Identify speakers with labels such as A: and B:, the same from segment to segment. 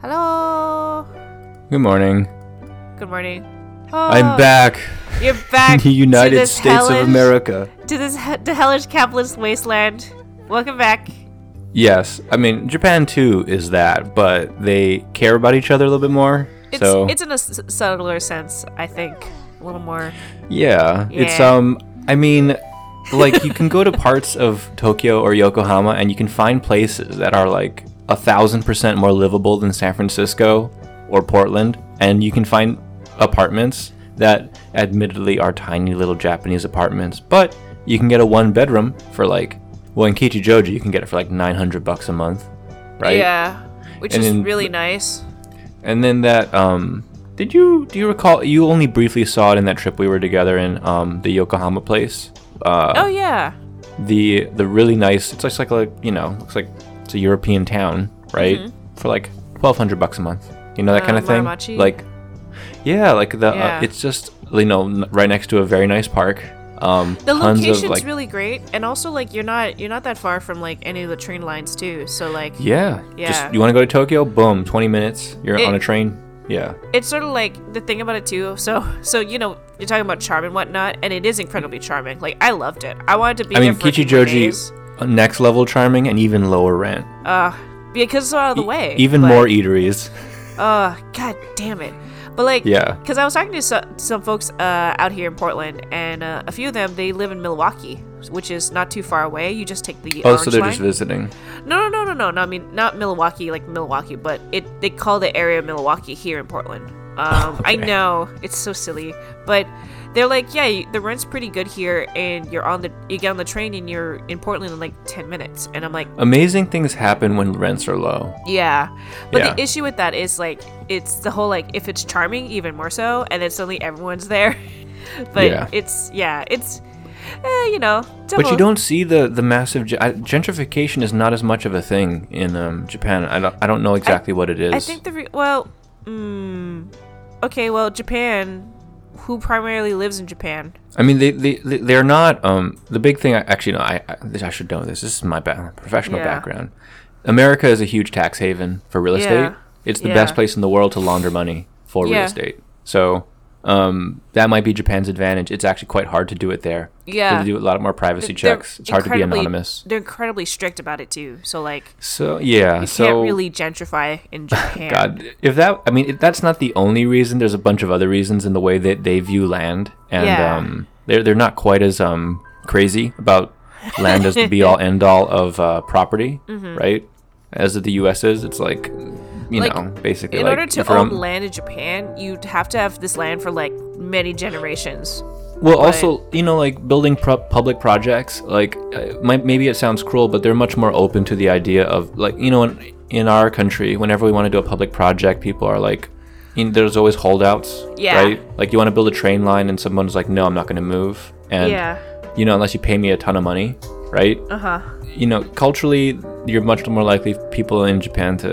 A: Hello.
B: Good morning.
A: Good morning.
B: I'm
A: Oh,
B: back.
A: You're back.
B: the
A: to
B: United
A: this
B: States
A: hellish-
B: of America.
A: To this he- to hellish capitalist wasteland. Welcome back.
B: Yes. I mean, Japan too is that, but they care about each other a little bit more.
A: It's
B: so
A: it's in a s- subtler sense, I think. A little more.
B: yeah, it's
A: Yeah.
B: um I mean, like you can go to parts of Tokyo or Yokohama and you can find places that are like a thousand percent more livable than San Francisco or Portland, and you can find apartments that admittedly are tiny little Japanese apartments, but you can get a one bedroom for like well in Kichijoji you can get it for like nine hundred bucks a month. Right?
A: Yeah. Which
B: And
A: is
B: in-
A: really nice.
B: And then that um did you do you recall you only briefly saw it in that trip we were together in um the Yokohama place? Uh
A: oh yeah.
B: the the really nice it's just like a you know, looks like it's a European town, right? For like twelve hundred bucks a month. You know that
A: Mm-hmm. Uh,
B: kind of
A: Maramachi?
B: thing? Like Yeah, like the
A: Yeah.
B: Uh, it's just you know, n- right next to a very nice park. Um
A: The
B: tons
A: location's
B: of like
A: really great, and also like you're not you're not that far from like any of the train lines too. So like
B: Yeah.
A: Yeah.
B: Just you wanna go to Tokyo? Boom, twenty minutes. You're
A: It-
B: on a train. Yeah.
A: it's sort of like the thing about it too. So so you know you're talking about charm and whatnot, and it is incredibly charming. Like I loved it. I wanted to be.
B: I mean
A: there for a few more days.
B: Kichijoji uh, next level charming and even lower rent.
A: Uh, because it's out of the way.
B: E- Even
A: but,
B: more eateries.
A: Uh, god damn it. But like,
B: Yeah.
A: Because I was talking to some, some folks uh, out here in Portland, and uh, a few of them they live in Milwaukee, which is not too far away. You just take the
B: Oh,
A: orange
B: so they're
A: line.
B: just visiting.
A: no, no, no, no, no, no. I mean, not Milwaukee, like Milwaukee, but it they call the area Milwaukee here in Portland. Um, I
B: Okay.
A: know it's so silly, but they're like, yeah, you- the rent's pretty good here, and you're on the you get on the train and you're in Portland in like ten minutes, and I'm like,
B: Amazing things happen when rents are low.
A: Yeah. But the
B: Yeah.
A: issue with that is like it's the whole like if it's charming even more so and then suddenly everyone's there. but
B: Yeah.
A: it's yeah, it's eh, you know,
B: But
A: double-
B: you don't see the the massive ge- I- gentrification is not as much of a thing in um, Japan. I don't I don't know exactly what it is.
A: I think the re- well, mm, okay, well, Japan who primarily lives in Japan?
B: I mean they they they are not um the big thing. I, actually, no, I I, this- I should know this. This is my ba- professional
A: Yeah.
B: background. America is a huge tax haven for real
A: Yeah.
B: estate. It's the
A: Yeah.
B: best place in the world to launder money for
A: Yeah.
B: real estate. So. Um, that might be Japan's advantage. It's actually quite hard to do it there.
A: Yeah.
B: they do a lot more privacy
A: They're
B: checks. It's hard to be
A: incredibly-
B: anonymous.
A: They're incredibly strict about it too. So like
B: So yeah,
A: you
B: so
A: can't really gentrify in Japan.
B: God, if that I mean if that's not the only reason. There's a bunch of other reasons in the way that they view land, and
A: Yeah.
B: um, they're they're not quite as um crazy about land as the be all end all of uh, property, right? As the U.S. is, it's like you
A: Mm-hmm. Like,
B: know basically
A: In
B: like
A: order to
B: if you're
A: own
B: on-
A: land in Japan, you'd have to have this land for like many generations.
B: Well, also, you know, like building pro- public projects, like uh, might, maybe it sounds cruel, but they're much more open to the idea of like, you know, in, in our country, whenever we want to do a public project, people are like, you know, there's always holdouts,
A: Yeah.
B: right? Like you want to build a train line and someone's like, no, I'm not going to move. And,
A: Yeah.
B: you know, unless you pay me a ton of money, right?
A: Uh huh.
B: You know, culturally, you're much more likely people in Japan to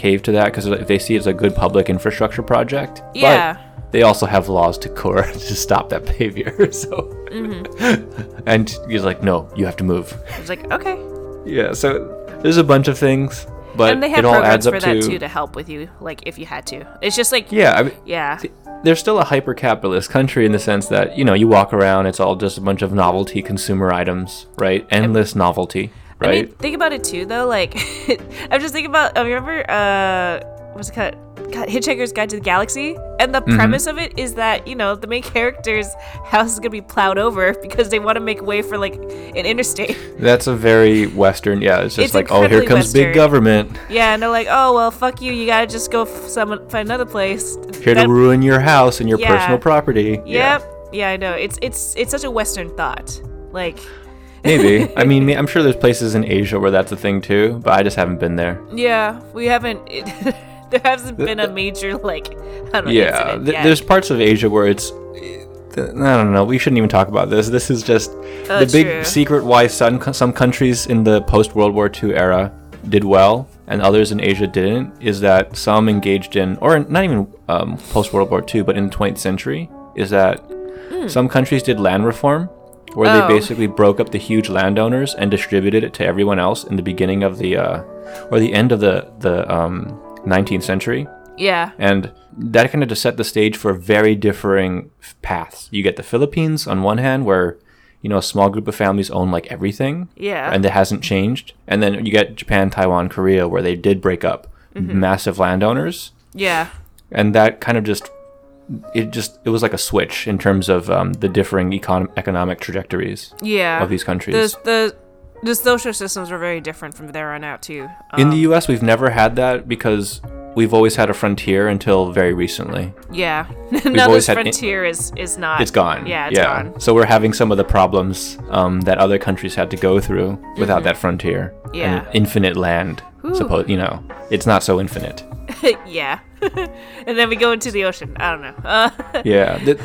B: cave to that because if they see it's a good public infrastructure project. But
A: Yeah.
B: they also have laws to cor- to stop that behavior. So,
A: Mm-hmm.
B: and he's like, no, you have to move.
A: It's like, okay.
B: Yeah. So there's a bunch of things, but
A: and they have
B: it all
A: programs
B: adds up
A: for
B: to,
A: that too to help with you, like if you had to. It's just like
B: yeah. I mean,
A: yeah,
B: they're still a hyper capitalist country in the sense that you know you walk around, it's all just a bunch of novelty consumer items, right? Endless novelty,
A: I
B: right?
A: mean, think about it too though. Like, I'm just thinking about. I remember uh, what was it called? God, Hitchhiker's Guide to the Galaxy, and
B: Mm-hmm.
A: the premise of it is that you know the main character's house is gonna be plowed over because they want to make way for like an interstate.
B: That's a very Western. Yeah, it's just
A: It's
B: like, oh, here
A: incredibly
B: comes
A: Western.
B: big government
A: yeah, and they're like, oh well, fuck you. You gotta just go f- some find another place.
B: here
A: That-
B: to ruin your house and your
A: Yeah.
B: personal property.
A: Yep. Yeah, I know. It's it's it's such a Western thought. Like,
B: Maybe. I mean, I'm sure there's places in Asia where that's a thing too, but I just haven't been there.
A: yeah, we haven't. It, there hasn't been a major like. I don't know,
B: Yeah,
A: incident
B: th-
A: yet.
B: there's parts of Asia where it's. th- I don't know. We shouldn't even talk about this. This is just
A: Oh,
B: the big
A: true.
B: secret why some some countries in the post World War II era did well and others in Asia didn't. Is that some engaged in, or not even um, post World War II, but in the 20th century, is that some countries did land reform, where
A: Hmm. Oh.
B: they basically broke up the huge landowners and distributed it to everyone else in the beginning of the, uh, or the end of the the um, 19th century.
A: Yeah.
B: And that kind of just set the stage for very differing f- paths. You get the Philippines on one hand, where you know a small group of families own like everything,
A: Yeah.
B: and it hasn't changed. And then you get Japan, Taiwan, Korea, where they did break up,
A: Mm-hmm.
B: massive landowners,
A: Yeah.
B: and that kind of just it just it was like a switch in terms of um, the differing econ- economic trajectories
A: Yeah.
B: of these countries.
A: the the the social systems were very different from there on out too. Um,
B: in the U.S., we've never had that because we've always had a frontier until very recently.
A: yeah. now this
B: always had in-
A: frontier is is not.
B: it's gone.
A: Yeah, it's gone.
B: So we're having some of the problems um, that other countries had to go through without that frontier.
A: Mm-hmm. Yeah.
B: An infinite land.
A: Ooh.
B: Suppose you know, it's not so infinite.
A: yeah. and then we go into the ocean. I don't know. Uh,
B: Yeah. th-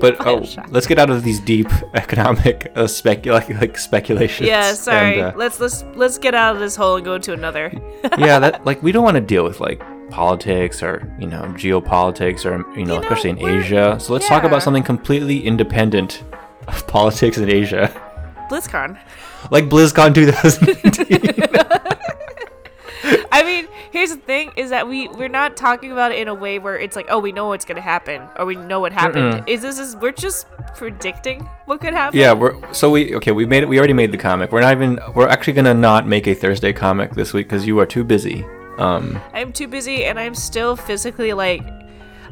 B: but
A: Bioshock.
B: oh, let's get out of these deep economic uh, specu- like, like speculations.
A: yeah. Sorry.
B: And, uh,
A: let's let's let's get out of this hole and go into another.
B: yeah, that like we don't want to deal with like politics or you know geopolitics or you know,
A: know,
B: especially in
A: we're-
B: Asia. So let's talk
A: yeah.
B: about something completely independent of politics in Asia,
A: BlizzCon.
B: like BlizzCon 2019.
A: I mean, here's the thing: is that we we're not talking about it in a way where it's like, oh, we know what's gonna happen, or we know what happened. Is this is we're just predicting what could happen?
B: Yeah, we're so we okay. We made it. We already made the comic. We're not even. We're actually gonna not make a Thursday comic this week because you are too busy. Um,
A: I'm too busy, and I'm still physically like.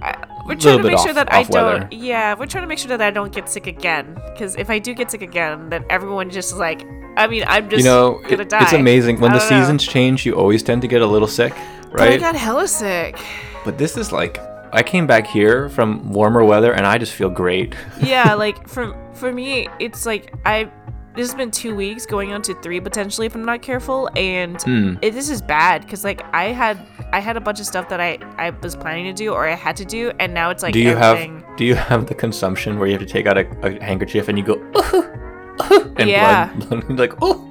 A: I, we're trying
B: Little
A: to
B: bit
A: make sure
B: off-
A: that I
B: off weather.
A: don't. Yeah, we're trying to make sure that I don't get sick again. Because if I do get sick again, then everyone just is like, I mean, I'm just
B: you know,
A: gonna
B: it-
A: die.
B: it's amazing when
A: I
B: the
A: don't know.
B: seasons change. You always tend to get a little sick,
A: But I
B: right?
A: got hella sick.
B: But this is like, I came back here from warmer weather and I just feel great.
A: yeah, like for for me, it's like I this has been two weeks going on to three potentially if I'm not careful, and
B: Hmm.
A: it, this is bad because like I had I had a bunch of stuff that I I was planning to do or I had to do, and now it's like
B: Do you
A: everything.
B: have? Do you have the consumption where you have to take out a, a handkerchief and you go, and
A: Yeah.
B: blood, blood like oh.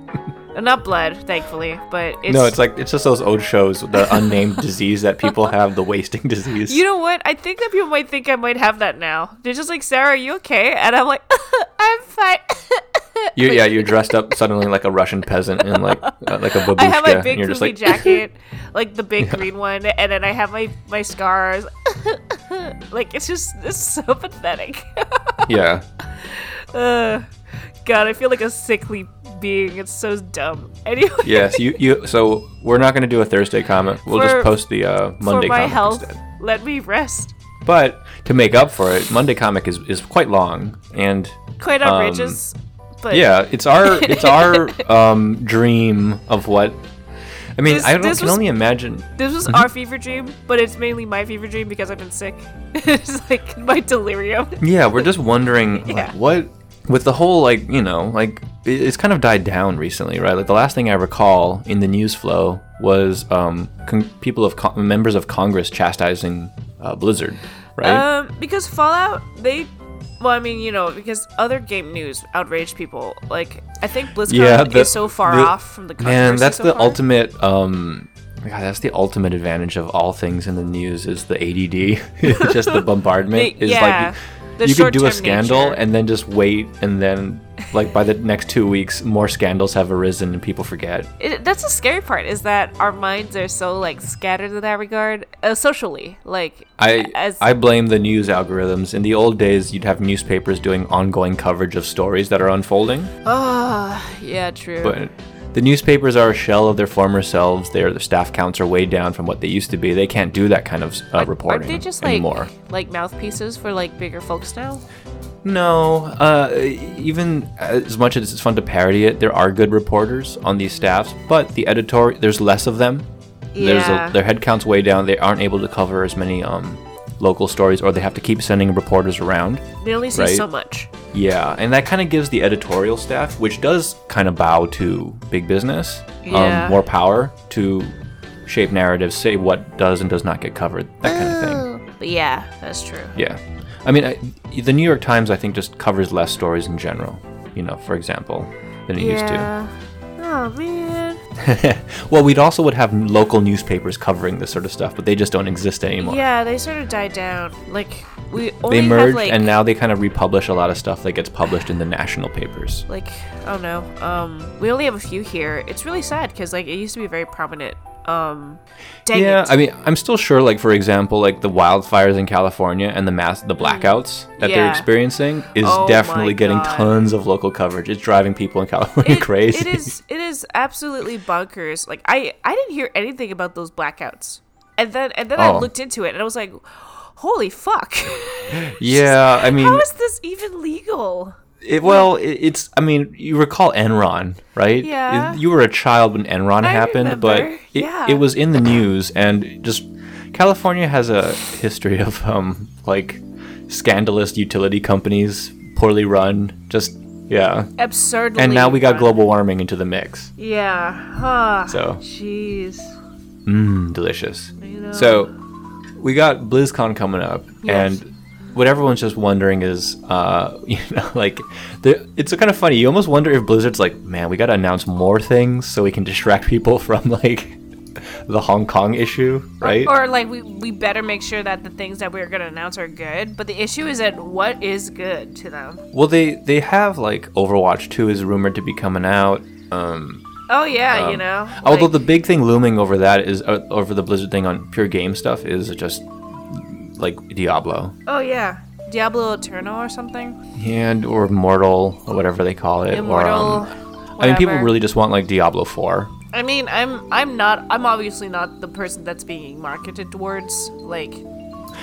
A: Uh, Not blood, thankfully, but it's,
B: No, it's like it's just those old shows, the unnamed disease that people have, the wasting disease.
A: you know what? I think that people might think I might have that now. They're just like, Sarah, are you okay? And I'm like, I'm fine.
B: You, yeah, you're dressed up suddenly like a Russian peasant and like uh, like a babushka,
A: I have my
B: and
A: big
B: you're
A: poofy
B: just like
A: jacket, like the big green one, and then I have my my scars. like it's just it's so pathetic.
B: yeah.
A: Ugh. God, I feel like a sickly being. It's so dumb. Anyway,
B: Yes, you you. So we're not gonna do a Thursday comment. We'll
A: For-
B: just post the uh,
A: for
B: Monday
A: my
B: comic
A: health,
B: instead.
A: let me rest.
B: But to make up for it, Monday comic is is quite long, and
A: Quite
B: Um,
A: outrageous, but
B: yeah, it's our it's our um dream of what. I mean,
A: This-
B: I don't,
A: this
B: can
A: was-
B: only imagine.
A: This was our fever dream, but it's mainly my fever dream because I've been sick. it's like my delirium.
B: Yeah, we're just wondering like,
A: Yeah.
B: what with the whole like you know like it- it's kind of died down recently, right? Like the last thing I recall in the news flow was um, con- people of con- members of Congress chastising uh, Blizzard, right?
A: Um, because Fallout, they, well, I mean, you know, because other game news outraged people. Like, I think BlizzCon
B: Yeah, the-
A: is so far
B: the-
A: off from the controversy.
B: Man, that's
A: Oh, so
B: the
A: far.
B: ultimate. Um, God, that's the ultimate advantage of all things in the news is the ADD, just the bombardment.
A: The-
B: is
A: yeah,
B: like
A: the
B: you could do
A: short-term
B: a scandal
A: nature.
B: and then just wait, and then like by the next two weeks, more scandals have arisen and people forget.
A: It, that's the scary part is that our minds are so like scattered in that regard, uh, socially. Like,
B: I
A: as
B: I blame the news algorithms. In the old days, you'd have newspapers doing ongoing coverage of stories that are unfolding,
A: oh, yeah, true.
B: but the newspapers are a shell of their former selves. Their their staff counts are way down from what they used to be. They can't do that kind of uh, reporting
A: Aren't they just like
B: anymore.
A: like mouthpieces for like bigger folks now?
B: No, uh, even as much as it's fun to parody it, there are good reporters on these staffs, but the editorial there's less of them.
A: Yeah.
B: There's a, their headcount's way down. They aren't able to cover as many um, local stories, or they have to keep sending reporters around.
A: They only see
B: Right.
A: so much.
B: Yeah, and that kind of gives the editorial staff, which does kind of bow to big business,
A: Yeah.
B: um, more power to shape narratives, say what does and does not get covered, that kind of thing.
A: But yeah, that's true.
B: Yeah, I mean, I, the New York Times, I think, just covers less stories in general. You know, for example, than it
A: Oh man.
B: used to. well, we'd also would have local newspapers covering this sort of stuff, but they just don't exist anymore.
A: Yeah, they sort of died down. Like we only
B: They merged,
A: have like
B: and now they kind of republish a lot of stuff that gets published in the national papers.
A: like I don't know. Um, we only have a few here. It's really sad because like it used to be very prominent. um dang
B: yeah,
A: it.
B: I mean, I'm still sure. Like for example, like the wildfires in California and the mass, the blackouts that they're
A: Mm. Yeah.
B: experiencing is
A: Oh my
B: definitely getting
A: God.
B: tons of local coverage. It's driving people in California
A: It-
B: crazy.
A: It is it is absolutely bonkers. Like I I didn't hear anything about those blackouts. And then and then I
B: Oh.
A: looked into it and I was like, holy fuck.
B: yeah, I mean,
A: How is this even legal?
B: it, well, it, it's. I mean, you recall Enron, right?
A: Yeah.
B: You were a child when Enron
A: I
B: happened, but
A: remember,
B: it,
A: yeah.
B: it was in the news and just California has a history of um like scandalous utility companies, poorly run, just yeah.
A: Absurdly
B: And now we got
A: run.
B: global warming into the mix.
A: Yeah. Huh.
B: So.
A: Jeez.
B: Mmm, delicious.
A: know.
B: So, we got BlizzCon coming up,
A: Yes.
B: and what everyone's just wondering is, uh, you know, like, the- it's kind of funny. You almost wonder if Blizzard's like, man, we got to announce more things so we can distract people from, like, the Hong Kong issue, right?
A: Or like we, we better make sure that the things that we're gonna announce are good. But the issue is that what is good to them?
B: well, they, they have, like, Overwatch 2 is rumored to be coming out. Um,
A: Oh yeah, you know.
B: Although
A: like-
B: the big thing looming over that is, uh, over the Blizzard thing on pure game stuff is just, like, Diablo.
A: Oh yeah. Diablo Eternal or something.
B: and or mortal or whatever they call it
A: Immortal.
B: or um, i mean people
A: whatever.
B: really just want like diablo 4
A: I mean, I'm I'm not I'm obviously not the person that's being marketed towards like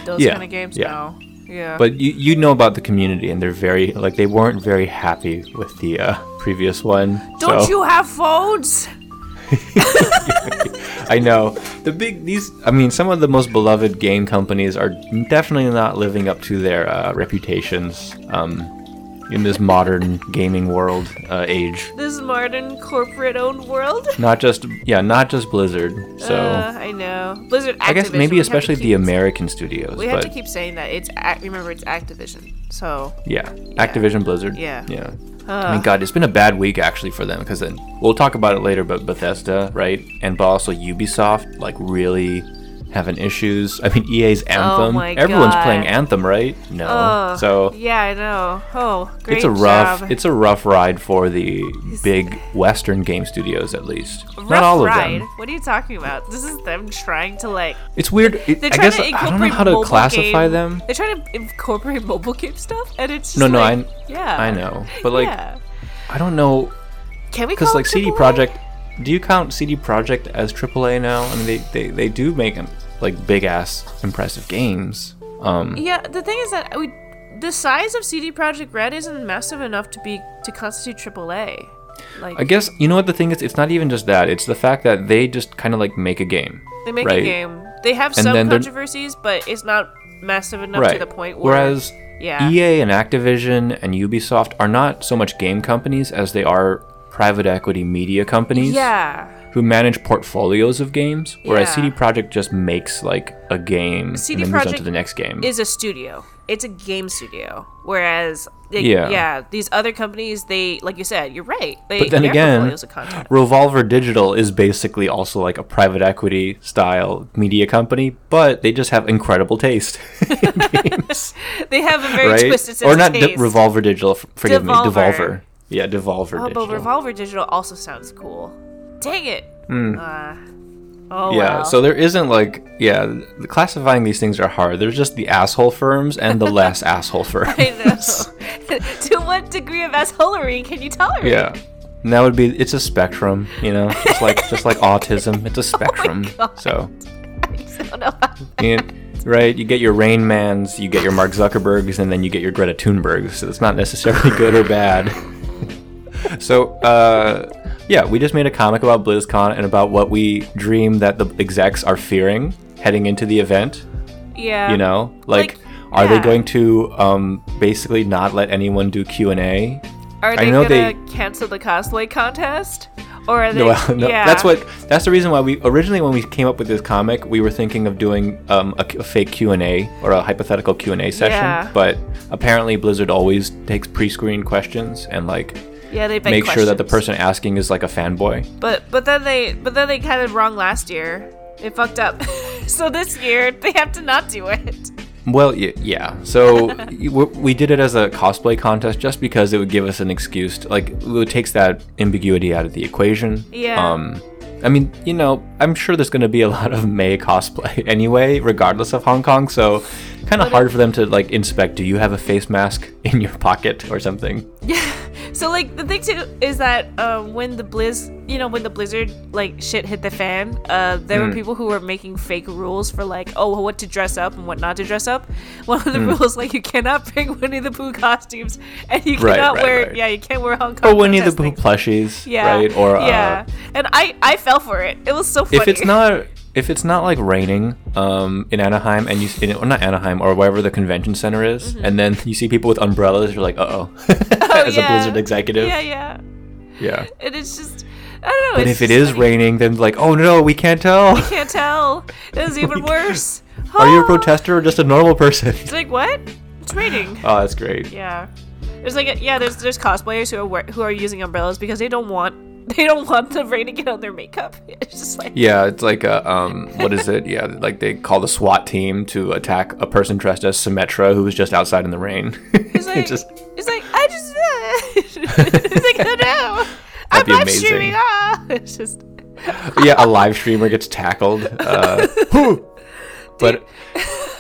A: those
B: Yeah,
A: kind of games.
B: yeah.
A: No. Yeah.
B: but you, you know about the community and they're very like they weren't very happy with the uh, previous one
A: don't
B: so
A: you have phones?
B: i know the big these i mean some of the most beloved game companies are definitely not living up to their uh, reputations um, in this modern gaming world uh, age
A: This modern corporate-owned world.
B: not just yeah not just blizzard so
A: Uh, I know. Blizzard. Activision,
B: i guess maybe
A: we have to
B: especially the
A: keep-
B: american studios
A: We have
B: but
A: to keep saying that it's ac- remember it's Activision. So
B: Yeah, Activision Blizzard.
A: Yeah.
B: yeah. I mean, God, it's been a bad week actually for them because then we'll talk about it later. But Bethesda, right, and but also Ubisoft, like really having issues. I mean, EA's Anthem.
A: Oh my
B: Everyone's
A: God.
B: playing Anthem, right? No.
A: Ugh,
B: Oh. so
A: yeah, I know. Oh, great
B: it's a rough,
A: job.
B: it's a rough ride for the big Western game studios, at least.
A: rough
B: Not all
A: ride.
B: of them.
A: What are you talking about? This is them trying to like.
B: It's weird. It,
A: They're
B: I
A: trying
B: guess
A: to
B: I
A: incorporate
B: don't know how to
A: mobile
B: classify
A: game-
B: them.
A: They're trying to incorporate mobile game stuff, and it's just
B: No, no,
A: like,
B: I-
A: yeah,
B: I know, but like
A: yeah.
B: I don't know
A: Can we
B: because
A: call
B: like
A: it
B: CD
A: AAA?
B: Project, do you count CD Project as AAA now? I mean, they they, they do make um, like big ass impressive games. Um,
A: Yeah, the thing is that we, the size of CD Project Red isn't massive enough to be to constitute AAA. Like
B: I guess you know what the thing is. It's not even just that. It's the fact that they just kind of like make a game.
A: they make
B: right?
A: a game. They have
B: And
A: some
B: then they're-
A: controversies, but it's not massive enough
B: right?
A: to the point where.
B: Whereas
A: yeah.
B: EA and Activision and Ubisoft are not so much game companies as they are private equity media companies
A: yeah,
B: who manage portfolios of games. Whereas
A: Yeah.
B: CD Projekt just makes like a game
A: CD
B: and then moves on
A: Projekt
B: to the next game.
A: is a studio. It's a game studio. Whereas, like, yeah,
B: Yeah.
A: these other companies, they like you said, you're right. They
B: But then
A: their
B: again,
A: portfolios of content.
B: Revolver Digital is basically also like a private equity style media company, but they just have incredible taste in games,
A: they have a very
B: right?
A: twisted sense
B: or
A: of
B: not Di-
A: taste.
B: Revolver Digital, f- forgive me,
A: Devolver.
B: Devolver. Yeah, Devolver
A: Oh,
B: Digital.
A: but Revolver Digital also sounds cool. Dang it. Uh, oh,
B: Hmm. yeah,
A: wow.
B: so there isn't like yeah, the classifying these things are hard. There's just the asshole firms and the less asshole firms.
A: I know. to what degree of assholery can you tolerate?
B: Yeah. And that would be it's a spectrum, you know. It's like just like autism, it's a spectrum.
A: Oh God.
B: so
A: I don't know.
B: You- right? You get your Rain Mans, you get your Mark Zuckerbergs, and then you get your Greta Thunbergs. So it's not necessarily good or bad. so, uh, yeah, we just made a comic about BlizzCon and about what we dream that the execs are fearing heading into the event.
A: Yeah.
B: You know, like,
A: Like,
B: are
A: yeah.
B: they going to um, basically not let anyone do Q and A?
A: Are they
B: know
A: gonna cancel the cosplay contest? Or are they?
B: Well, no,
A: yeah.
B: That's what. That's the reason why we originally, when we came up with this comic, we were thinking of doing um, a, a fake Q and A or a hypothetical Q and A session.
A: Yeah.
B: But apparently, Blizzard always takes pre-screen questions and like
A: Yeah, they beg
B: make sure that the
A: questions.
B: person asking is like a fanboy.
A: But but then they but then they kind of wrong last year. They fucked up. so this year they have to not do it.
B: Well, y- yeah. So y- we- we did it as a cosplay contest just because it would give us an excuse. To, like, it takes that ambiguity out of the equation.
A: Yeah.
B: Um, I mean, you know, I'm sure there's going to be a lot of May cosplay anyway, regardless of Hong Kong. So, kind of hard for them to like inspect. Do you have a face mask in your pocket or something?
A: So like the thing too is that um, when the blizz, you know, when the blizzard like shit hit the fan, uh, there
B: Mm.
A: were people who were making fake rules for like, oh, what to dress up and what not to dress up. One of the
B: Mm.
A: rules like you cannot bring Winnie the Pooh costumes and you
B: Right,
A: cannot
B: right,
A: wear
B: right.
A: yeah you can't wear Hong Kong
B: Or Winnie the
A: protest
B: Pooh
A: things.
B: plushies,
A: yeah
B: right? Or
A: yeah,
B: uh,
A: and I I fell for it. It was so funny.
B: if it's not if it's not like raining um, in Anaheim and you see, or not Anaheim or wherever the convention center is,
A: Mm-hmm.
B: and then you see people with umbrellas, you're like, uh oh, as a
A: yeah.
B: Blizzard executive,
A: yeah yeah,
B: yeah.
A: and it's just I don't know.
B: But
A: it's
B: if it
A: just
B: is
A: funny.
B: raining, then like, oh no, we can't tell.
A: can't tell. It was even worse.
B: Oh Are you a
A: Ah.
B: protester or just a normal person?
A: It's like what? It's raining.
B: Oh, that's great.
A: Yeah. There's like a, yeah, there's there's cosplayers who are wear- who are using umbrellas because they don't want they don't want the rain to get on their makeup. It's just like
B: Yeah, it's like a um, what is it? Yeah, like they call the SWAT team to attack a person dressed as Symmetra who was just outside in the rain.
A: it's like it's like I just it's like no, I'm
B: be
A: not
B: amazing.
A: streaming. Ah, it's just
B: yeah, a live streamer gets tackled. Uh, whew. but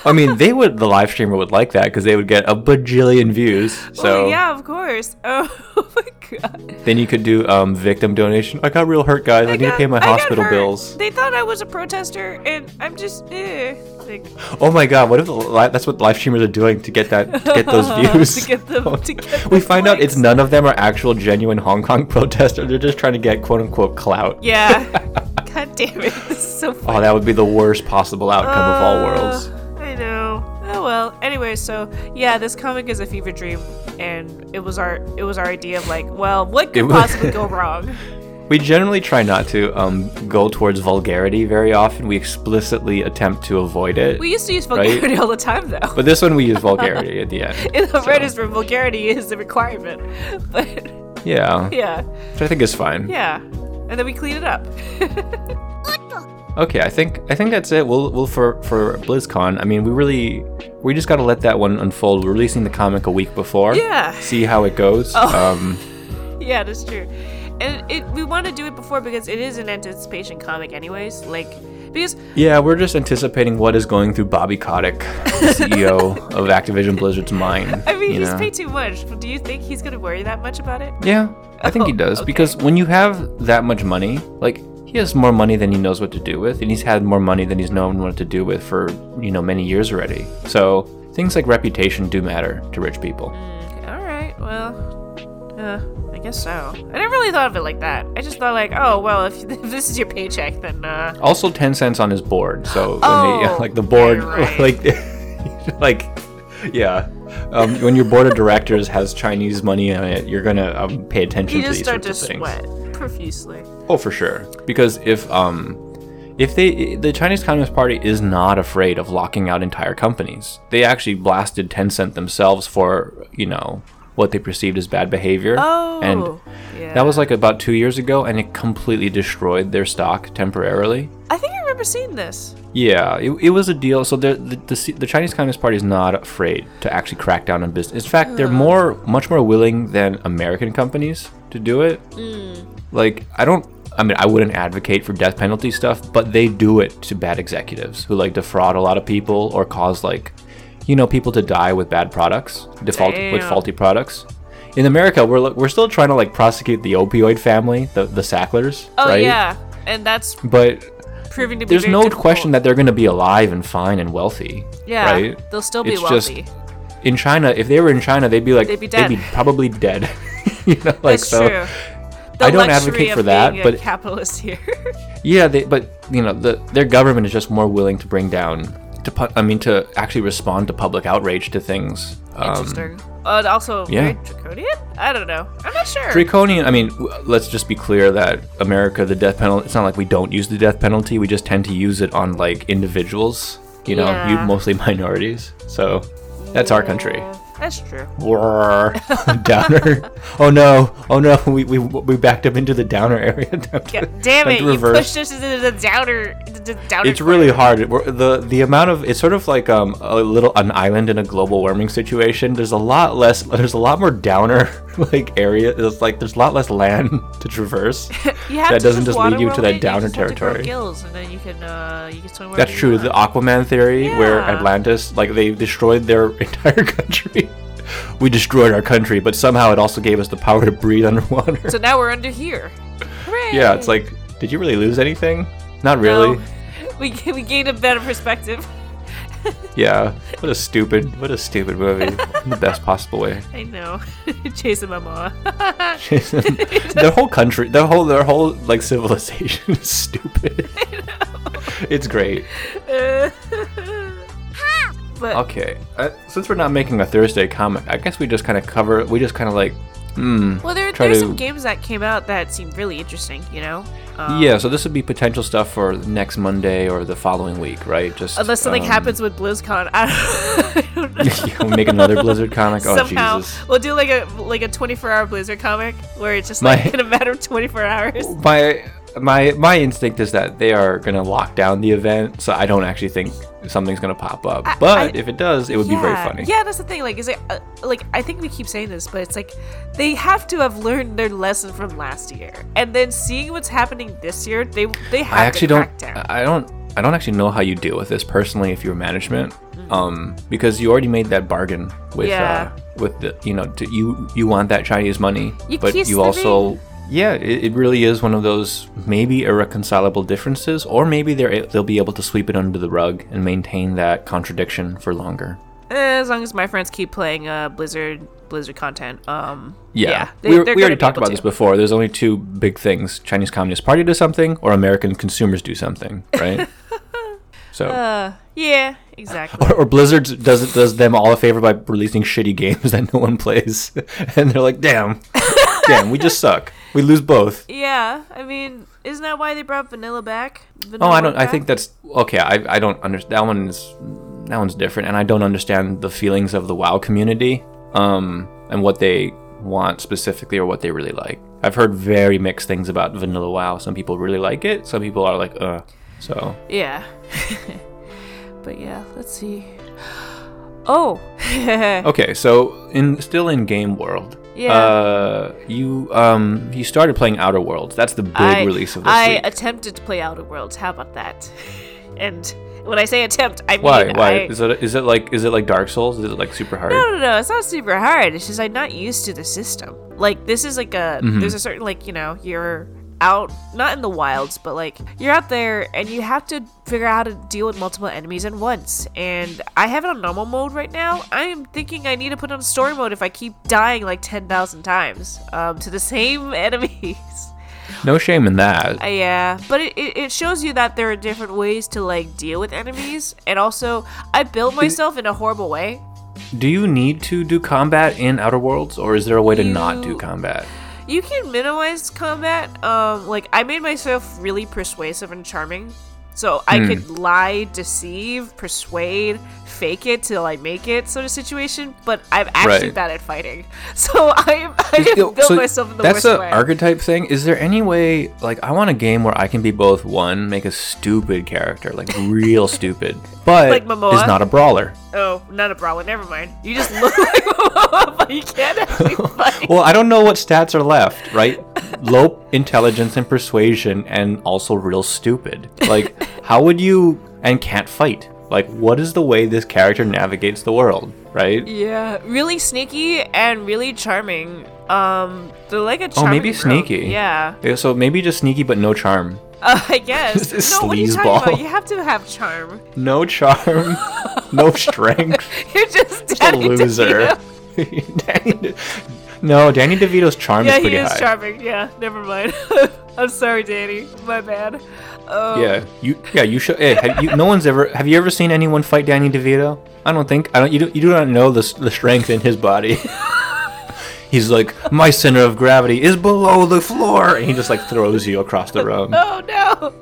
B: I mean, they would the live streamer would like that because they would get a bajillion views. So
A: oh yeah, of course. Oh my god,
B: then you could do um, victim donation. I got real hurt, guys. I, need to
A: got-
B: pay my
A: I got
B: hospital
A: hurt.
B: bills.
A: They thought I was a protester, and I'm just eh. like
B: Oh my god, what if the li- that's what live streamers are doing to get that to get those views?
A: to get them to get
B: we
A: the
B: find out it's
A: likes.
B: none of them are actual genuine Hong Kong protesters. They're just trying to get quote unquote clout.
A: yeah. god damn it, this is so funny.
B: Oh, that would be the worst possible outcome of all worlds.
A: Uh, I know. Oh well. Anyway, so yeah, this comic is a fever dream, and it was our it was our idea of like, well, what
B: It
A: could
B: was-
A: possibly go wrong?
B: We generally try not to um, go towards vulgarity very often. We explicitly attempt to avoid it.
A: We used to use vulgarity all the time, though.
B: but this one we use vulgarity at the end.
A: in the
B: so-
A: writers' room, vulgarity is the requirement. But
B: Yeah,
A: yeah,
B: which I think is fine.
A: yeah, and then we clean it up.
B: Okay, I think I think that's it. We'll we'll for for BlizzCon. I mean, we really we just got to let that one unfold. We're releasing the comic a week before.
A: Yeah. Oh.
B: See how it goes. Um,
A: yeah, that's true. And it, we want to do it before because it is an anticipation comic, anyways. Like because
B: yeah, we're just anticipating what is going through Bobby Kotick, CEO of Activision Blizzard's mind.
A: I mean,
B: you
A: he's
B: know?
A: paid too much. Do you think he's gonna worry that much about it?
B: Yeah, I think he
A: Oh,
B: does
A: okay.
B: because when you have that much money, like he has more money than he knows what to do with, and he's had more money than he's known what to do with for you know many years already. So things like reputation do matter to rich people.
A: All right. Well, uh, I guess so. I never really thought of it like that. I just thought like, oh well, if, if this is your paycheck, then uh,
B: Also, ten cents on his board. So when
A: Oh,
B: they, like the board,
A: right, right.
B: like like yeah. Um, when your board of directors has Chinese money on it, you're gonna um, pay attention
A: you
B: to
A: just
B: these
A: start
B: sorts
A: to
B: of things.
A: sweat profusely.
B: Oh, for sure. Because if um, if they the Chinese Communist Party is not afraid of locking out entire companies, they actually blasted Tencent themselves for you know what they perceived as bad behavior.
A: Oh,
B: and
A: yeah.
B: that was like about two years ago, and it completely destroyed their stock temporarily.
A: I think I remember seeing this.
B: Yeah, it, it was a deal. So the, the the C- the Chinese Communist Party is not afraid to actually crack down on business. In fact, they're more much more willing than American companies to do it.
A: Mm.
B: Like I don't. I mean, I wouldn't advocate for death penalty stuff, but they do it to bad executives who like defraud a lot of people or cause like, you know, people to die with bad products, default with
A: Damn.
B: faulty products. In America, we're like, we're still trying to like prosecute the opioid family, the the Sacklers,
A: Oh
B: right?
A: yeah, and that's
B: But
A: proving to be.
B: there's
A: very
B: no
A: difficult.
B: question that they're going to be alive and fine and wealthy.
A: Yeah,
B: right.
A: they'll still be
B: It's just-
A: wealthy.
B: In China, if they were in China, they'd be like
A: They'd be dead.
B: probably dead. you know, like
A: that's
B: so.
A: true. The
B: I don't
A: luxury
B: advocate
A: of
B: for that,
A: being a
B: but-
A: capitalist here.
B: Yeah, they, but you know, the, their government is just more willing to bring down to. pu- I mean, to actually respond to public outrage to things. Um,
A: Interesting. Uh, and also,
B: yeah.
A: very draconian. I don't know. I'm not sure.
B: draconian. I mean, w- let's just be clear that America, the death penalty. It's not like we don't use the death penalty. We just tend to use it on like individuals. You know, you
A: Yeah.
B: mostly minorities. So that's our country.
A: That's true.
B: Roar. downer. Oh no! Oh no! We, we we backed up into the downer area.
A: God damn
B: Like
A: it! You
B: reverse.
A: pushed us into the downer. The downer
B: It's really hard. We're, the the amount of it's sort of like um a little an island in a global warming situation. There's a lot less. There's a lot more downer like area. It's like there's a lot less land to traverse.
A: You have
B: That
A: to
B: doesn't just
A: water
B: lead you to
A: roll
B: that
A: it,
B: downer
A: just have to grow
B: territory.
A: Gills, and then you can uh, you can swim wherever
B: That's
A: you
B: true. The
A: want.
B: Aquaman theory, where
A: Yeah.
B: Atlantis, like they destroyed their entire country. we destroyed our country, but somehow it also gave us the power to breathe underwater.
A: So now we're under here. Hooray!
B: yeah, it's like, did you really lose anything? Not
A: No.
B: really.
A: we g- we gained a better perspective.
B: Yeah. What a stupid, what a stupid movie. In the best possible way.
A: I know, Jason Momoa.
B: their whole country, their whole, their whole like civilization is stupid. It's great.
A: Uh, but
B: Okay, uh, since we're not making a Thursday comic, I guess we just kind of cover. We just kind of like, hmm.
A: well, there
B: try
A: there's
B: to-
A: some games that came out that seemed really interesting. You know. Um,
B: yeah, so this would be potential stuff for next Monday or the following week, right? Just
A: Unless something
B: um,
A: happens with BlizzCon, I don't, I don't know.
B: We'll make another Blizzard comic. Oh
A: Somehow
B: Jesus!
A: we'll do like a like a 24-hour Blizzard comic where it's just
B: My-
A: like in a matter of 24 hours.
B: My my my instinct is that they are gonna lock down the event, so I don't actually think something's gonna pop up. but
A: I-
B: if it does, it would be very funny.
A: Yeah, that's the thing. Like, is it uh, like I think we keep saying this, but it's like they have to have learned their lesson from last year, and then seeing what's happening this year, they they have
B: I actually
A: to
B: don't.
A: crack down.
B: I don't. I don't actually know how you deal with this personally if you're management, um, because you already made that bargain with
A: Mm. Yeah.
B: uh, with the you know to, you you want that Chinese money,
A: You
B: but
A: kiss
B: you
A: the
B: also yeah it, it really is one of those maybe irreconcilable differences, or maybe they're a- they'll be able to sweep it under the rug and maintain that contradiction for longer.
A: Eh, as long as my friends keep playing uh, Blizzard Blizzard content, um,
B: Yeah,
A: they-
B: we, were-
A: they're
B: we
A: gonna
B: already
A: be
B: talked
A: able
B: about
A: to.
B: this before. There's only two big things: Chinese Communist Party does something, or American consumers do something, right? so.
A: Uh, yeah, exactly.
B: or, or Blizzard does it does them all a favor by releasing shitty games that no one plays, and they're like, "Damn, damn, we just suck. We lose both."
A: yeah, I mean, isn't that why they brought Vanilla back? Vanilla
B: Oh, I don't. I
A: back?
B: think that's okay. I I don't understand. That one is that one's different, and I don't understand the feelings of the WoW community, um, and what they want specifically or what they really like. I've heard very mixed things about vanilla WoW. Some people really like it. Some people are like, "Uh." So
A: Yeah. but yeah, let's see. Oh.
B: Okay, so in still in game world,
A: Yeah.
B: uh, you um you started playing Outer Worlds. That's the big release of this
A: I
B: week.
A: attempted to play Outer Worlds. How about that? And when I say attempt, I mean
B: Why? Why
A: I-
B: is it is it like is it like Dark Souls? Is it like super hard?
A: no, no, no. It's not super hard. It's just I'm not used to the system. Like this is like a there's a certain like you know you're out not in the wilds but like you're out there and you have to figure out how to deal with multiple enemies at once and i have it on normal mode right now i am thinking i need to put on story mode if i keep dying like 10000 times um, to the same enemies
B: No shame in that.
A: Uh, yeah, but it, it, it shows you that there are different ways to like deal with enemies, and also I built myself in a horrible way.
B: do you need to do combat in Outer Worlds, or is there a way to not do
A: You-
B: combat?
A: You can minimize combat. Um, like I made myself really persuasive and charming, so I could
B: Hmm.
A: lie, deceive, persuade, fake it till I make it sort of situation. But I'm actually
B: Right.
A: bad at fighting, so I I have
B: Yo,
A: built myself in the
B: that's
A: worst
B: a
A: way.
B: archetype thing. Is there any way, like, I want a game where I can be both one, make a stupid character, like real stupid, but
A: Like Momoa?
B: is not a brawler.
A: oh, not a brawler. Never mind. You just look like but you can't actually fight.
B: Well, I don't know what stats are left, right? Low intelligence and persuasion, and also real stupid. Like, how would you and can't fight? Like, what is the way this character navigates the world, right?
A: Yeah, really sneaky and really charming. Um, they're like a charming.
B: Oh, maybe
A: rogue.
B: sneaky.
A: Yeah,
B: Yeah, So maybe just sneaky but no charm.
A: uh, I guess.
B: This is
A: no, what are you talking
B: sleazeball.
A: about? You have to have charm.
B: No charm, no strength.
A: You're just
B: A
A: Danny
B: loser.
A: DeVito.
B: Danny De- no, Danny DeVito's charm
A: Yeah,
B: is
A: he
B: pretty
A: is
B: high.
A: charming. Yeah, never mind. I'm sorry, Danny. My bad. Um,
B: Yeah, you. Yeah, you should. Hey, have you, no one's ever. Have you ever seen anyone fight Danny DeVito? I don't think. I don't. You do. You do not know the s- the strength in his body. He's like, my center of gravity is below the floor, and he just like throws you across the room.
A: Oh no,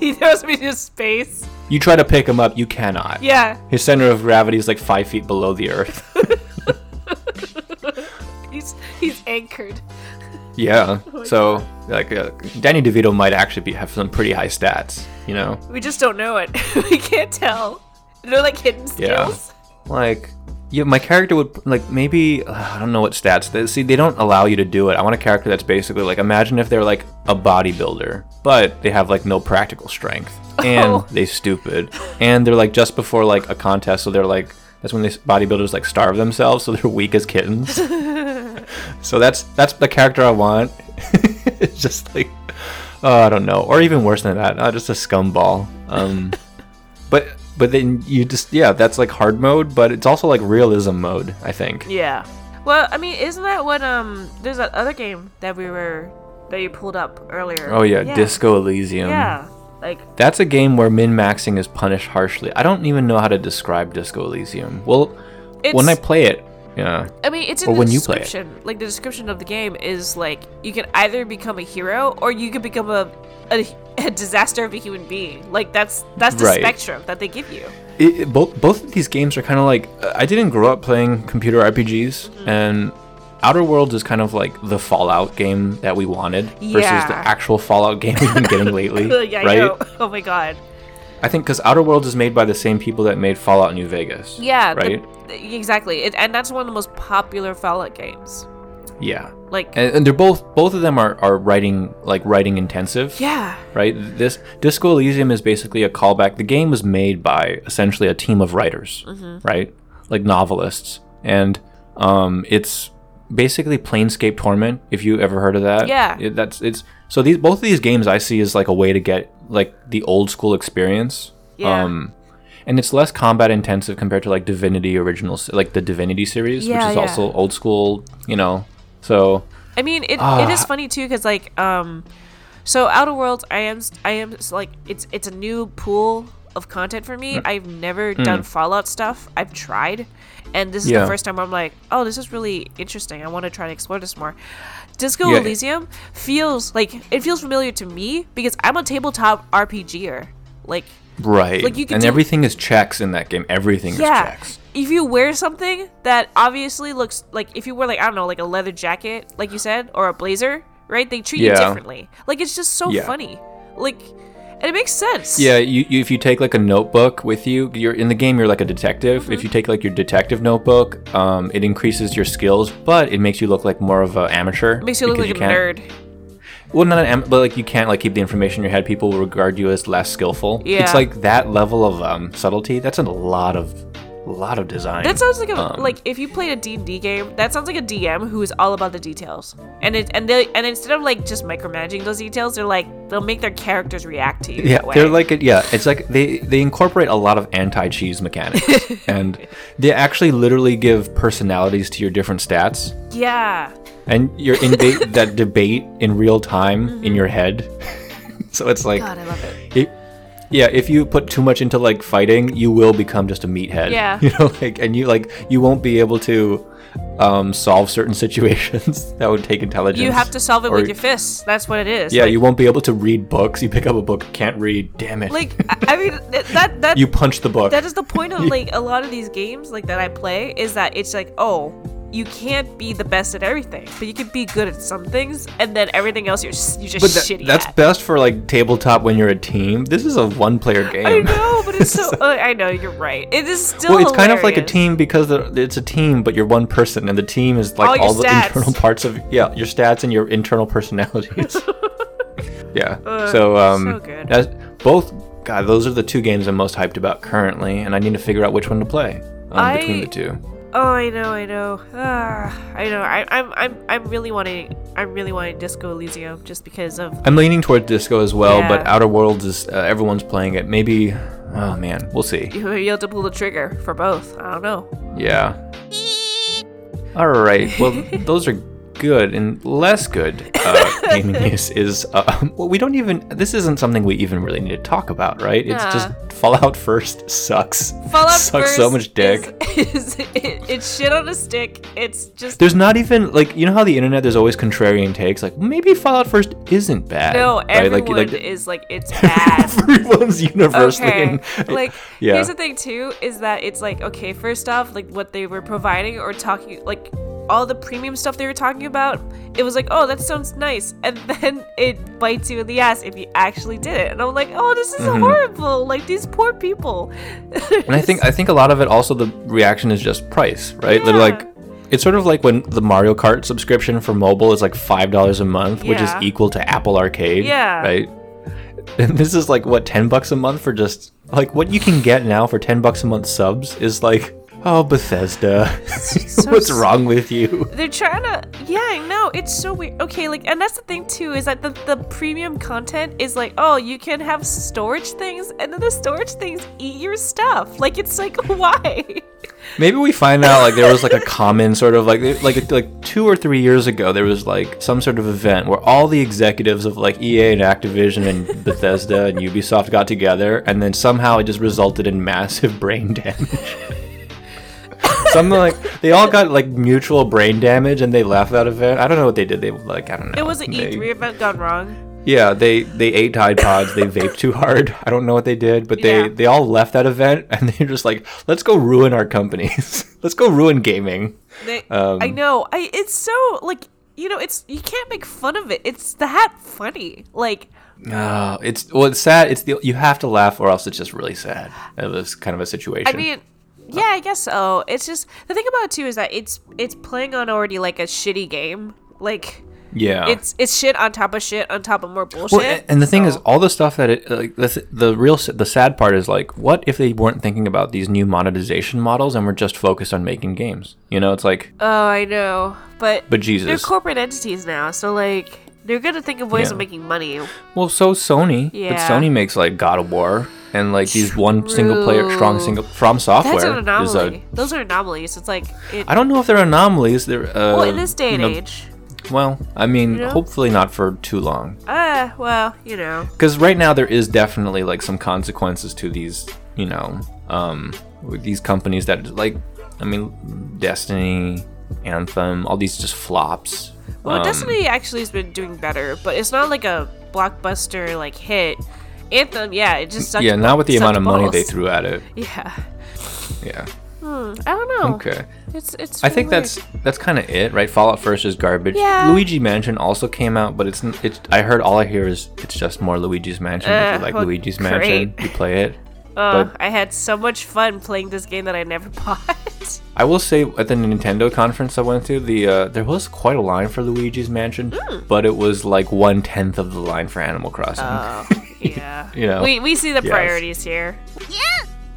A: he throws me to space.
B: You try to pick him up, you cannot.
A: Yeah,
B: His center of gravity is like five feet below the earth.
A: he's he's anchored.
B: Yeah. So like, uh, Danny DeVito might actually be have some pretty high stats. You know.
A: We just don't know it. we can't tell. They're like hidden
B: Yeah.
A: skills.
B: Like, yeah, my character would like maybe ugh, I don't know what stats. They, see, they don't allow you to do it. I want a character that's basically like imagine if they're like a bodybuilder, but they have like no practical strength and
A: Oh.
B: they stupid and they're like just before like a contest, so they're like that's when these bodybuilders like starve themselves, so they're weak as kittens. so that's that's the character I want. it's just like oh, I don't know, or even worse than that, uh, just a scumball. Um, but but then you just yeah, that's like hard mode, but it's also like realism mode. I think.
A: Yeah. Well, I mean, isn't that what um? There's that other game that we were that you pulled up earlier.
B: Oh yeah, Disco Elysium.
A: Yeah. Like
B: That's a game where min maxing is punished harshly. I don't even know how to describe Disco Elysium. Well,
A: it's.
B: when I play it, yeah,
A: I mean, it's in
B: or
A: the
B: when you play it.
A: description. Like the description of the game is like you can either become a hero or you can become a a, a disaster of a human being. Like that's that's the
B: Right.
A: spectrum that they give you.
B: it, it- both both of these games are kind of like I didn't grow up playing computer
A: Mm.
B: RPGs, and Outer Worlds is kind of like the Fallout game that we wanted versus
A: Yeah.
B: the actual Fallout game we've been getting lately,
A: yeah, I
B: right?
A: know. Oh my god.
B: I think because Outer Worlds is made by the same people that made Fallout New Vegas.
A: Yeah. the-
B: Right?
A: the- exactly. It, and that's one of the most popular Fallout games.
B: Yeah.
A: Like
B: And, and they're both both of them are, are writing like writing intensive.
A: yeah.
B: Right? This Disco Elysium is basically a callback. The game was made by essentially a team of writers,
A: Mm-hmm.
B: right? Like novelists. And um it's basically Planescape Torment, if you ever heard of that.
A: Yeah.
B: It- that's it's so these both of these games I see as like a way to get like the old school experience.
A: Yeah.
B: Um and it's less combat intensive compared to like Divinity original, like the Divinity series,
A: Yeah,
B: which is
A: yeah.
B: also old school, you know. So
A: I mean, it, it is
B: Ah.
A: funny too because like um, so Outer Worlds, I am I am s- like it's it's a new pool of content for
B: Mm.
A: me. I've never done Fallout stuff. I've tried, and this is
B: Hmm. Yeah.
A: the first time I'm like, oh, this is really interesting. I want to try and explore this more. Disco
B: Yeah.
A: Elysium feels like it feels familiar to me because I'm a tabletop RPGer. Like
B: Right.
A: Like, you could
B: and
A: do-
B: everything is checks in that game. Everything
A: yeah.
B: is checks.
A: If you wear something that obviously looks like if you wear like I don't know like a leather jacket like you said or a blazer, right? They treat you
B: Yeah.
A: differently. Like it's just so
B: Yeah.
A: funny. Like and it makes sense.
B: Yeah, you, you if you take like a notebook with you, you're in the game you're like a detective. If
A: Mm-hmm.
B: you take like your detective notebook, um, it increases your skills, but it makes you look like more of an amateur.
A: It makes you look
B: because
A: like a
B: can't-
A: nerd.
B: Well, not an am- but like you can't like keep the information in your head. People will regard you as less skillful.
A: Yeah.
B: It's like that level of um, subtlety. That's a lot of a lot of design.
A: That sounds like a
B: um,
A: like if you played a D&D game, that sounds like a DM who is all about the details. And it and they and instead of like just micromanaging those details, they're like they'll make their characters react to you.
B: Yeah,
A: that way.
B: they're like yeah, it's like they they incorporate a lot of anti-cheese mechanics, and they actually literally give personalities to your different stats,
A: yeah.
B: and you're in ba- that debate in real time in your head. so it's like,
A: God, I love Mm-hmm. it.
B: it- yeah, if you put too much into like fighting, you will become just a meathead.
A: Yeah.
B: you know, like and you like you won't be able to um, solve certain situations that would take intelligence.
A: You have to solve it
B: Or-
A: with your fists. That's what it is.
B: Yeah,
A: Like-
B: you won't be able to read books. You pick up a book, can't read. Damn it!
A: like I I mean th- that that
B: you punch the book.
A: that is the point of like a lot of these games like that I play is that it's like oh you can't be the best at everything but you can be good at some things and then everything else you're s- you're just
B: But tha-
A: shitty
B: that's
A: at.
B: best for like tabletop when you're a team. This is a one-player game.
A: I know, but it's so. uh, I know you're right. It is still.
B: Well, it's kind of like a
A: hilarious.
B: team because the, it's a team, but you're one person, and the team is
A: All
B: like
A: your
B: all, the
A: stats.
B: internal parts of yeah, your stats and your internal personalities. yeah. so um,
A: Uh, so good.
B: that's- both God, those are the two games I'm most hyped about currently, and I need to figure out which one to play um, between
A: I-
B: the two.
A: Oh, I know, I know. Ah, I know. I, I'm, I'm, I'm really wanting. I'm really wanting Disco Elysium just because of.
B: I'm leaning toward Disco as well, but
A: Yeah.
B: Outer Worlds is uh, everyone's playing it. Maybe, oh man, we'll see.
A: You'll have to pull the trigger for both. I don't know.
B: Yeah. All right. Well, those are good and less good uh, gaming news is uh, well, we don't even. This isn't something we even really need to talk about, right? It's
A: Nah.
B: just Fallout First sucks.
A: Fallout
B: sucks
A: First
B: so much dick.
A: Is, is- it, it's shit on a stick. It's just
B: There's not even like you know how the internet there's always contrarian takes. Like maybe Fallout First isn't bad.
A: no.
B: right?
A: Everyone
B: Like, like,
A: is like it's bad.
B: everyone's universally
A: okay.
B: in-
A: like
B: yeah.
A: here's the thing too is that it's like okay first off like what they were providing or talking like all the premium stuff they were talking about, it was like, oh, that sounds nice. And then it bites you in the ass if you actually did it. And I'm like, oh, this is
B: Mhm.
A: horrible. Like these poor people.
B: And I think I think a lot of it also the reaction is just price, right? They're
A: Yeah.
B: like it's sort of like when the Mario Kart subscription for mobile is like five dollars a month, which is
A: Yeah.
B: equal to Apple Arcade.
A: Yeah.
B: Right. And this is like what, ten bucks a month for just like what you can get now for ten bucks a month subs is like Oh Bethesda.
A: so
B: What's
A: s-
B: wrong with you?
A: they're trying to yeah i know it's so weird okay like and that's the thing too is that the, the premium content is like oh you can have storage things and then the storage things eat your stuff like it's like why
B: Maybe we find out like there was like a common sort of like like like two or three years ago there was like some sort of event where all the executives of like EA and Activision and Bethesda and Ubisoft got together and then somehow it just resulted in massive brain damage. Some like they all got like mutual brain damage and they left that event. I don't know what they did. They like I don't know.
A: it was an E
B: They-
A: e3 event gone wrong
B: yeah, they they ate Tide Pods, they vaped too hard. I don't know what they did, but they
A: Yeah.
B: they all left that event and they're just like, let's go ruin our companies. let's go ruin gaming.
A: They-
B: Um,
A: i know i it's so like you know it's you can't make fun of it it's that funny like
B: Uh, it's well, it's sad. It's the you have to laugh or else it's just really sad. It was kind of a situation.
A: I mean, yeah, I guess so. It's just the thing about it too is that it's it's playing on already like a shitty game. Like
B: yeah,
A: it's it's shit on top of shit on top of more bullshit.
B: Well, a- and the thing is,
A: so-
B: all the stuff that it like the, th- the real s- the sad part is like, what if they weren't thinking about these new monetization models and were just focused on making games? You know, it's like,
A: oh, I know, but
B: but
A: they're
B: Jesus,
A: corporate entities now, so like they're gonna think of ways
B: Yeah.
A: of making money.
B: Well, so Sony, but
A: Yeah.
B: Sony makes like God of War and like these one single player strong
A: True.
B: single from software.
A: That's an
B: is
A: anomaly.
B: a,
A: Those are anomalies. It's like it,
B: I don't know if they're anomalies. They're uh,
A: well in this day and
B: you know-
A: age.
B: Well, I mean,
A: know?
B: hopefully not for too long,
A: Uh, well, you know,
B: because right now there is definitely like some consequences to these, you know, um, with these companies that like, I mean, Destiny, Anthem, all these just flops.
A: well,
B: Um,
A: Destiny actually has been doing better, but it's not like a blockbuster like hit. Anthem, yeah, it just sucked,
B: Yeah, not with the amount
A: sucked
B: of money they
A: balls.
B: threw at it.
A: Yeah.
B: Yeah.
A: I don't know.
B: Okay.
A: It's it's.
B: I
A: really
B: think
A: weird.
B: that's that's kind of it, right? Fallout First is garbage.
A: Yeah.
B: Luigi Mansion also came out, but it's n- it's. I heard all I hear is it's just more Luigi's Mansion. if
A: Ugh,
B: you like
A: well,
B: Luigi's
A: great.
B: Mansion, you play it.
A: Oh,
B: but-
A: I had so much fun playing this game that I never bought.
B: I will say at the Nintendo conference I went to, the uh, there was quite a line for Luigi's Mansion,
A: Hmm.
B: but it was like one tenth of the line for Animal Crossing.
A: Oh, yeah.
B: You know,
A: we we see the
B: yes.
A: priorities here.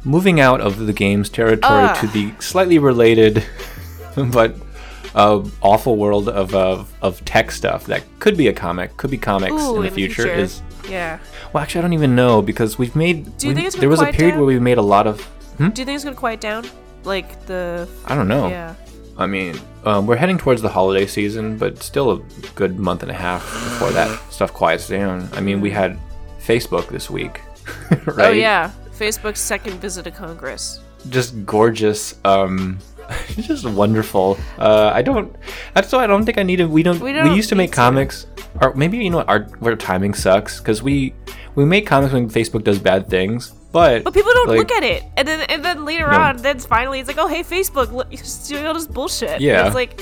B: Moving out of the game's territory
A: Ugh.
B: to the slightly related, but. Uh, awful world of, of of tech stuff that could be a comic, could be comics
A: Ooh,
B: in the future is
A: yeah.
B: Well, actually, I don't even know because we've made.
A: Do you
B: we-
A: think it's gonna
B: there was a
A: quiet
B: period
A: down?
B: where we made a lot of.
A: Do you think it's gonna quiet down? Like the
B: I don't know.
A: yeah.
B: I mean, um, we're heading towards the holiday season, but still a good month and a half before that stuff quiets down. I mean, we had Facebook this week, right?
A: Mm. Oh yeah. Facebook's second visit to Congress.
B: Just gorgeous. Um, just wonderful. Uh, I don't. That's why I don't think I needed. We don't.
A: We
B: We,
A: don't
B: used to
A: need
B: make
A: to.
B: comics, or maybe you know what? Our, our timing sucks because we we make comics when Facebook does bad things, but
A: But people don't
B: like,
A: look at it, and then and then later
B: No.
A: on, then finally it's like, oh hey Facebook, look, you're just doing all this bullshit. And
B: Yeah.
A: it's like,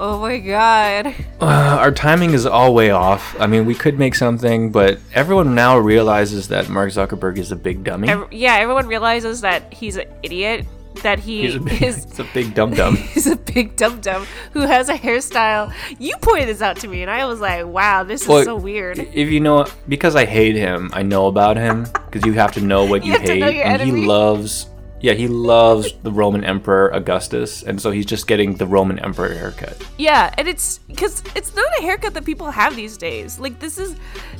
A: oh my god.
B: Uh, our timing is all way off. I mean, we could make something, but everyone now realizes that Mark Zuckerberg is a big dummy.
A: Ev- yeah, everyone realizes that he's an idiot. That he
B: He's a big,
A: is
B: it's a big dumb dumb.
A: He's a big dum dum who has a hairstyle. You pointed this out to me, and I was like, "Wow, this is so weird."
B: If you know, because I hate him, I know about him because you have to know what you,
A: have to
B: hate,
A: know your
B: and
A: enemy.
B: he loves. Yeah, he loves the Roman Emperor Augustus, and so he's just getting the Roman Emperor haircut.
A: Yeah, and it's because it's not a haircut that people have these days. Like this is,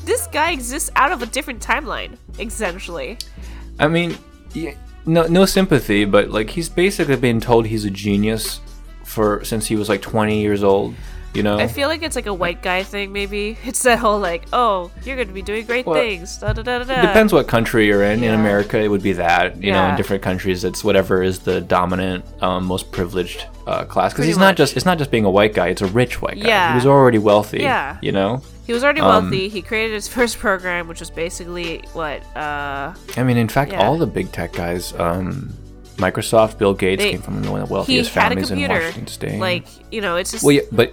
A: this guy exists out of a different timeline, essentially.
B: I mean, y- no, no sympathy, but like he's basically been told he's a genius for since he was like 20 years old. You know,
A: I feel like it's like a white guy thing. Maybe it's that whole like, "Oh, you're gonna be doing great
B: Well,
A: things." Da da da da. da.
B: depends what country you're in.
A: Yeah.
B: In America, it would be that. You know,
A: Yeah.
B: in different countries, it's whatever is the dominant, um, most privileged uh, class.
A: Pretty
B: Because he's
A: much.
B: not just it's not just being a white guy; it's a rich white guy.
A: Yeah.
B: he was already wealthy.
A: Yeah.
B: you know.
A: He was
B: um,
A: already wealthy. he created his first program, which was basically what. uh
B: I mean, in fact,
A: Yeah.
B: all the big tech guys. Um, Microsoft, Bill Gates
A: They-
B: came from one of the wealthiest
A: had a
B: families in
A: computer,
B: Washington State.
A: Like, you know, it's just
B: well, yeah, but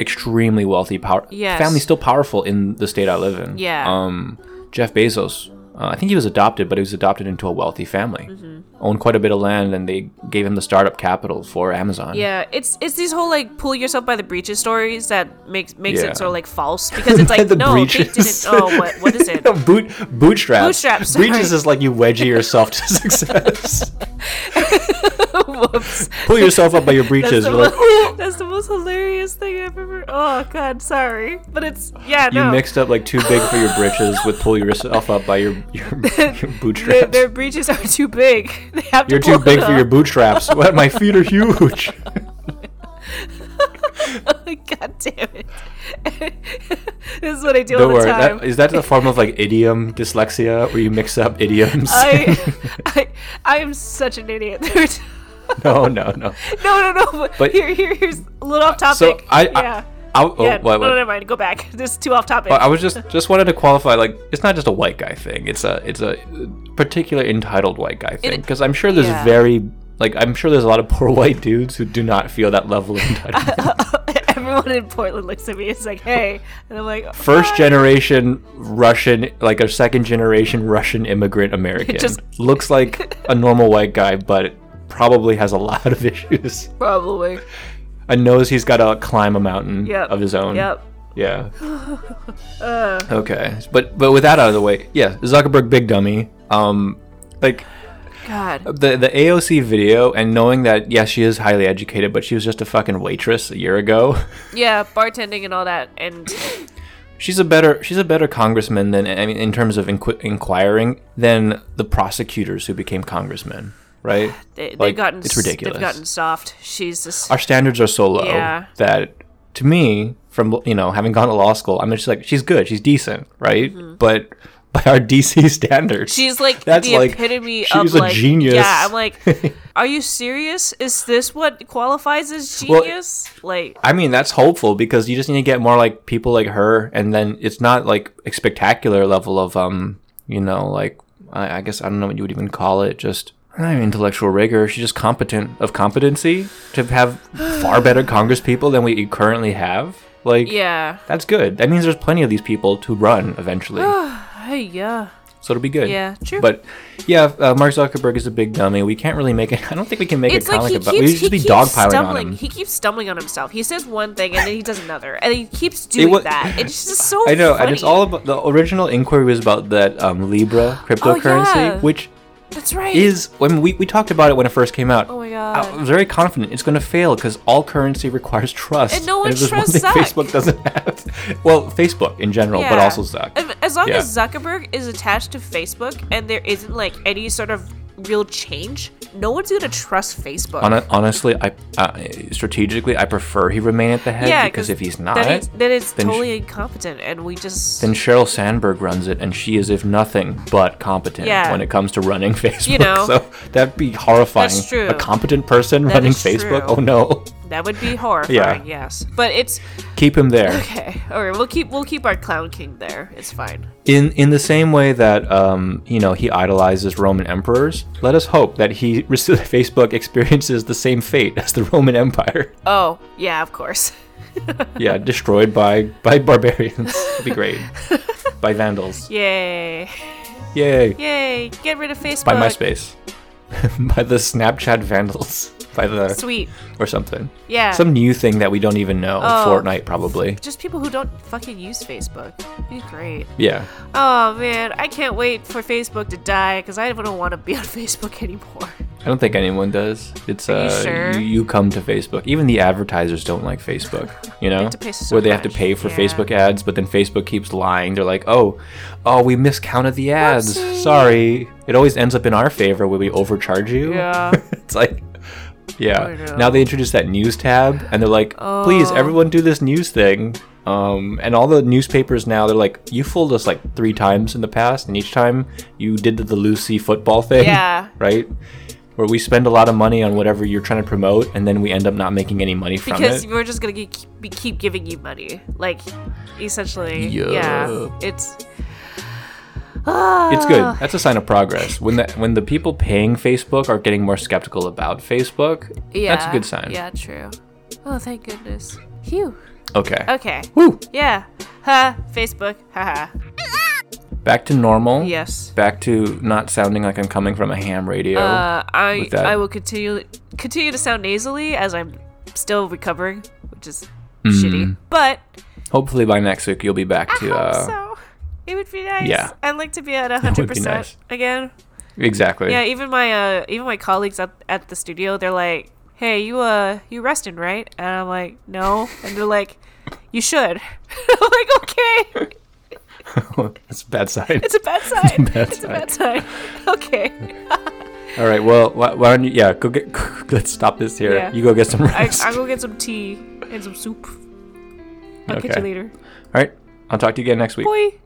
B: extremely wealthy, power.
A: Yes.
B: Family still powerful in the state I live in.
A: Yeah.
B: Um, Jeff Bezos, uh, I think he was adopted, but he was adopted into a wealthy family.
A: Mm-hmm.
B: Owned quite a bit of land, and they gave him the startup capital for Amazon.
A: Yeah, it's it's these whole like pull yourself by the breeches stories that makes makes
B: Yeah.
A: it sort of like false because it's
B: By
A: like
B: the
A: no, they
B: breeches.
A: didn't. Oh, what what is it?
B: Boot bootstraps.
A: Bootstraps, sorry.
B: Breaches is like you wedgie yourself to success.
A: Whoops.
B: Pull yourself up by your breeches.
A: That's the,
B: You're like,
A: most, that's the most hilarious thing I've ever. Oh God, sorry, but it's yeah.
B: You
A: no.
B: mixed up like too big for your britches with pull yourself up by your your, your
A: Their,
B: bootstraps.
A: their breeches are too big. They have to
B: You're too
A: pull
B: big
A: it
B: for your
A: up.
B: bootstraps. What? My feet are huge.
A: God damn it! this is what I do
B: Don't
A: all the
B: worry.
A: time.
B: That, is that the form of like idiom dyslexia where you mix up idioms?
A: I, I, I am such an idiot.
B: no, Oh, no, no.
A: no, no, no. But,
B: But-
A: here, here, here's a little off topic.
B: So I,
A: yeah.
B: I, I, oh,
A: yeah,
B: what,
A: no,
B: what?
A: never mind. Go back. This is too off topic.
B: I was just just wanted to qualify. Like, it's not just a white guy thing. It's a it's a particular entitled white guy thing. Because I'm sure there's
A: yeah.
B: very like I'm sure there's a lot of poor white dudes who do not feel that level of entitlement.
A: Everyone in Portland looks at me. It's like, hey, and I'm like,
B: first
A: "Ah."
B: generation Russian, like a second generation Russian immigrant American.
A: Just-
B: looks like a normal white guy, but probably has a lot of issues.
A: Probably.
B: And knows he's got to climb a mountain
A: Yep.
B: of his own.
A: Yep. Uh.
B: Yeah. okay, but but with that out of the way, yeah, Zuckerberg, big dummy. Um, like
A: God.
B: the the AOC video, and knowing that yes, she is highly educated, but she was just a fucking waitress a year ago.
A: Yeah, bartending and all that, and
B: She's a better she's a better congressman than I mean in terms of inqu- inquiring than the prosecutors who became congressmen, right?
A: they, they've
B: Like,
A: gotten
B: it's
A: s-
B: ridiculous.
A: They've gotten soft. She's just
B: Our standards are so low
A: Yeah.
B: that to me, from you know having gone to law school, I'm just like she's good, she's decent, right? But by our DC standards,
A: Mm-hmm. She's like
B: That's
A: the
B: like,
A: epitome of
B: she's a
A: like
B: genius.
A: Yeah, I'm like, are you serious? Is this what qualifies as
B: Well,
A: genius? like,
B: I mean that's hopeful because you just need to get more like people like her, and then it's not like a spectacular level of um you know like I, I guess I don't know what you would even call it just. Not even intellectual rigor. She's just competent of competency to have far better Congress people than we currently have. Like,
A: yeah,
B: that's good. That means there's plenty of these people to run eventually, so
A: hey, yeah,
B: it'll be good.
A: yeah, true.
B: But yeah, uh, Mark Zuckerberg is a big dummy. We can't really make it. I don't think we can make
A: it's
B: a comic
A: like he
B: about.
A: keeps,
B: we should
A: he
B: just be
A: keeps
B: dogpiling on
A: stumbling.
B: him.
A: He keeps stumbling on himself. He says one thing and then he does another, and he keeps doing
B: wa-
A: that. It's just so.
B: I know,
A: funny.
B: and it's all about the original inquiry was about that um, Libra cryptocurrency,
A: Oh, yeah.
B: which
A: That's right.
B: is when we, we talked about it when it first came out.
A: oh my
B: I
A: god.
B: was very confident it's going to fail because all currency requires trust.
A: And no one
B: it's just one
A: trusts
B: thing
A: Zuck.
B: Facebook doesn't have. Well, Facebook in general, but
A: Yeah.
B: also Zuck.
A: If- As long
B: Yeah.
A: as Zuckerberg is attached to Facebook and there isn't like any sort of real change, no one's gonna trust Facebook.
B: Hon- honestly, I uh, strategically I prefer he remain at the head because if he's not,
A: then it's, then it's
B: then sh-
A: totally incompetent, and we just
B: then Sheryl Sandberg runs it, and she is if nothing but competent
A: Yeah.
B: when it comes to running Facebook.
A: know.
B: so that'd be horrifying.
A: That's true.
B: A competent person running
A: is
B: Facebook.
A: true.
B: Oh no,
A: that would be horrifying.
B: Yeah.
A: Yes, but it's
B: keep him there.
A: okay. All right, we'll keep we'll keep our clown king there. It's fine.
B: In in the same way that um, you know he idolizes Roman emperors, let us hope that he that Facebook experiences the same fate as the Roman Empire.
A: Oh yeah, of course.
B: yeah, destroyed by by barbarians. That'd be great. by vandals.
A: Yay,
B: Yay.
A: yay! Get rid of Facebook.
B: By MySpace. by the Snapchat vandals. By the
A: Sweet.
B: or something.
A: Yeah.
B: Some new thing that we don't even know.
A: Oh.
B: Fortnite probably.
A: Just people who don't fucking use Facebook. Be great.
B: Yeah.
A: Oh man, I can't wait for Facebook to die because I don't want to be on Facebook anymore.
B: I don't think anyone does. It's
A: Are you
B: uh
A: sure?
B: you, you come to Facebook. Even the advertisers don't like Facebook, you know?
A: to pay so
B: Where they have to
A: much,
B: pay for
A: yeah.
B: Facebook ads, but then Facebook keeps lying. They're like, "Oh, oh, we miscounted the ads. Sorry." It always ends up in our favor where we overcharge you.
A: Yeah.
B: it's like yeah
A: know. Oh.
B: now they introduced that news tab and they're like please everyone do this news thing um, and all the newspapers now they're like you fooled us like three times in the past and each time you did the, the lucy football thing
A: Yeah.
B: right where we spend a lot of money on whatever you're trying to promote and then we end up not making any money from
A: because
B: it
A: we're just gonna ge- keep, be- keep giving you money like essentially
B: Yeah.
A: yeah it's Ah.
B: It's good. That's a sign of progress. When that when the people paying Facebook are getting more skeptical about Facebook,
A: Yeah.
B: that's a good sign.
A: Yeah, true. Oh, thank goodness. Phew.
B: Okay.
A: Okay.
B: Woo.
A: Yeah. Ha. Facebook. Haha.
B: Back to normal.
A: Yes.
B: Back to not sounding like I'm coming from a ham radio.
A: Uh, I
B: with that.
A: I will continue continue to sound nasally as I'm still recovering, which is
B: Hmm.
A: shitty. But
B: Hopefully by next week you'll be back to uh,
A: so it would be nice.
B: yeah.
A: I'd like to be at
B: would
A: hundred
B: be nice.
A: percent again.
B: exactly.
A: Yeah, even my uh even my colleagues at at the studio, they're like, "Hey, you uh you resting right?" And I'm like, "No," and they're like, "You should." I'm like, "Okay,
B: that's a bad sign.
A: it's a bad sign.
B: bad
A: It's a bad sign. Okay,
B: All right. Well, why, why don't you? Yeah, go get. let's stop this here.
A: Yeah.
B: You go get some
A: I
B: rest.
A: I'll go get some tea and some soup. I'll catch
B: Okay.
A: you later,
B: All right. I'll talk to you again next week.
A: boy.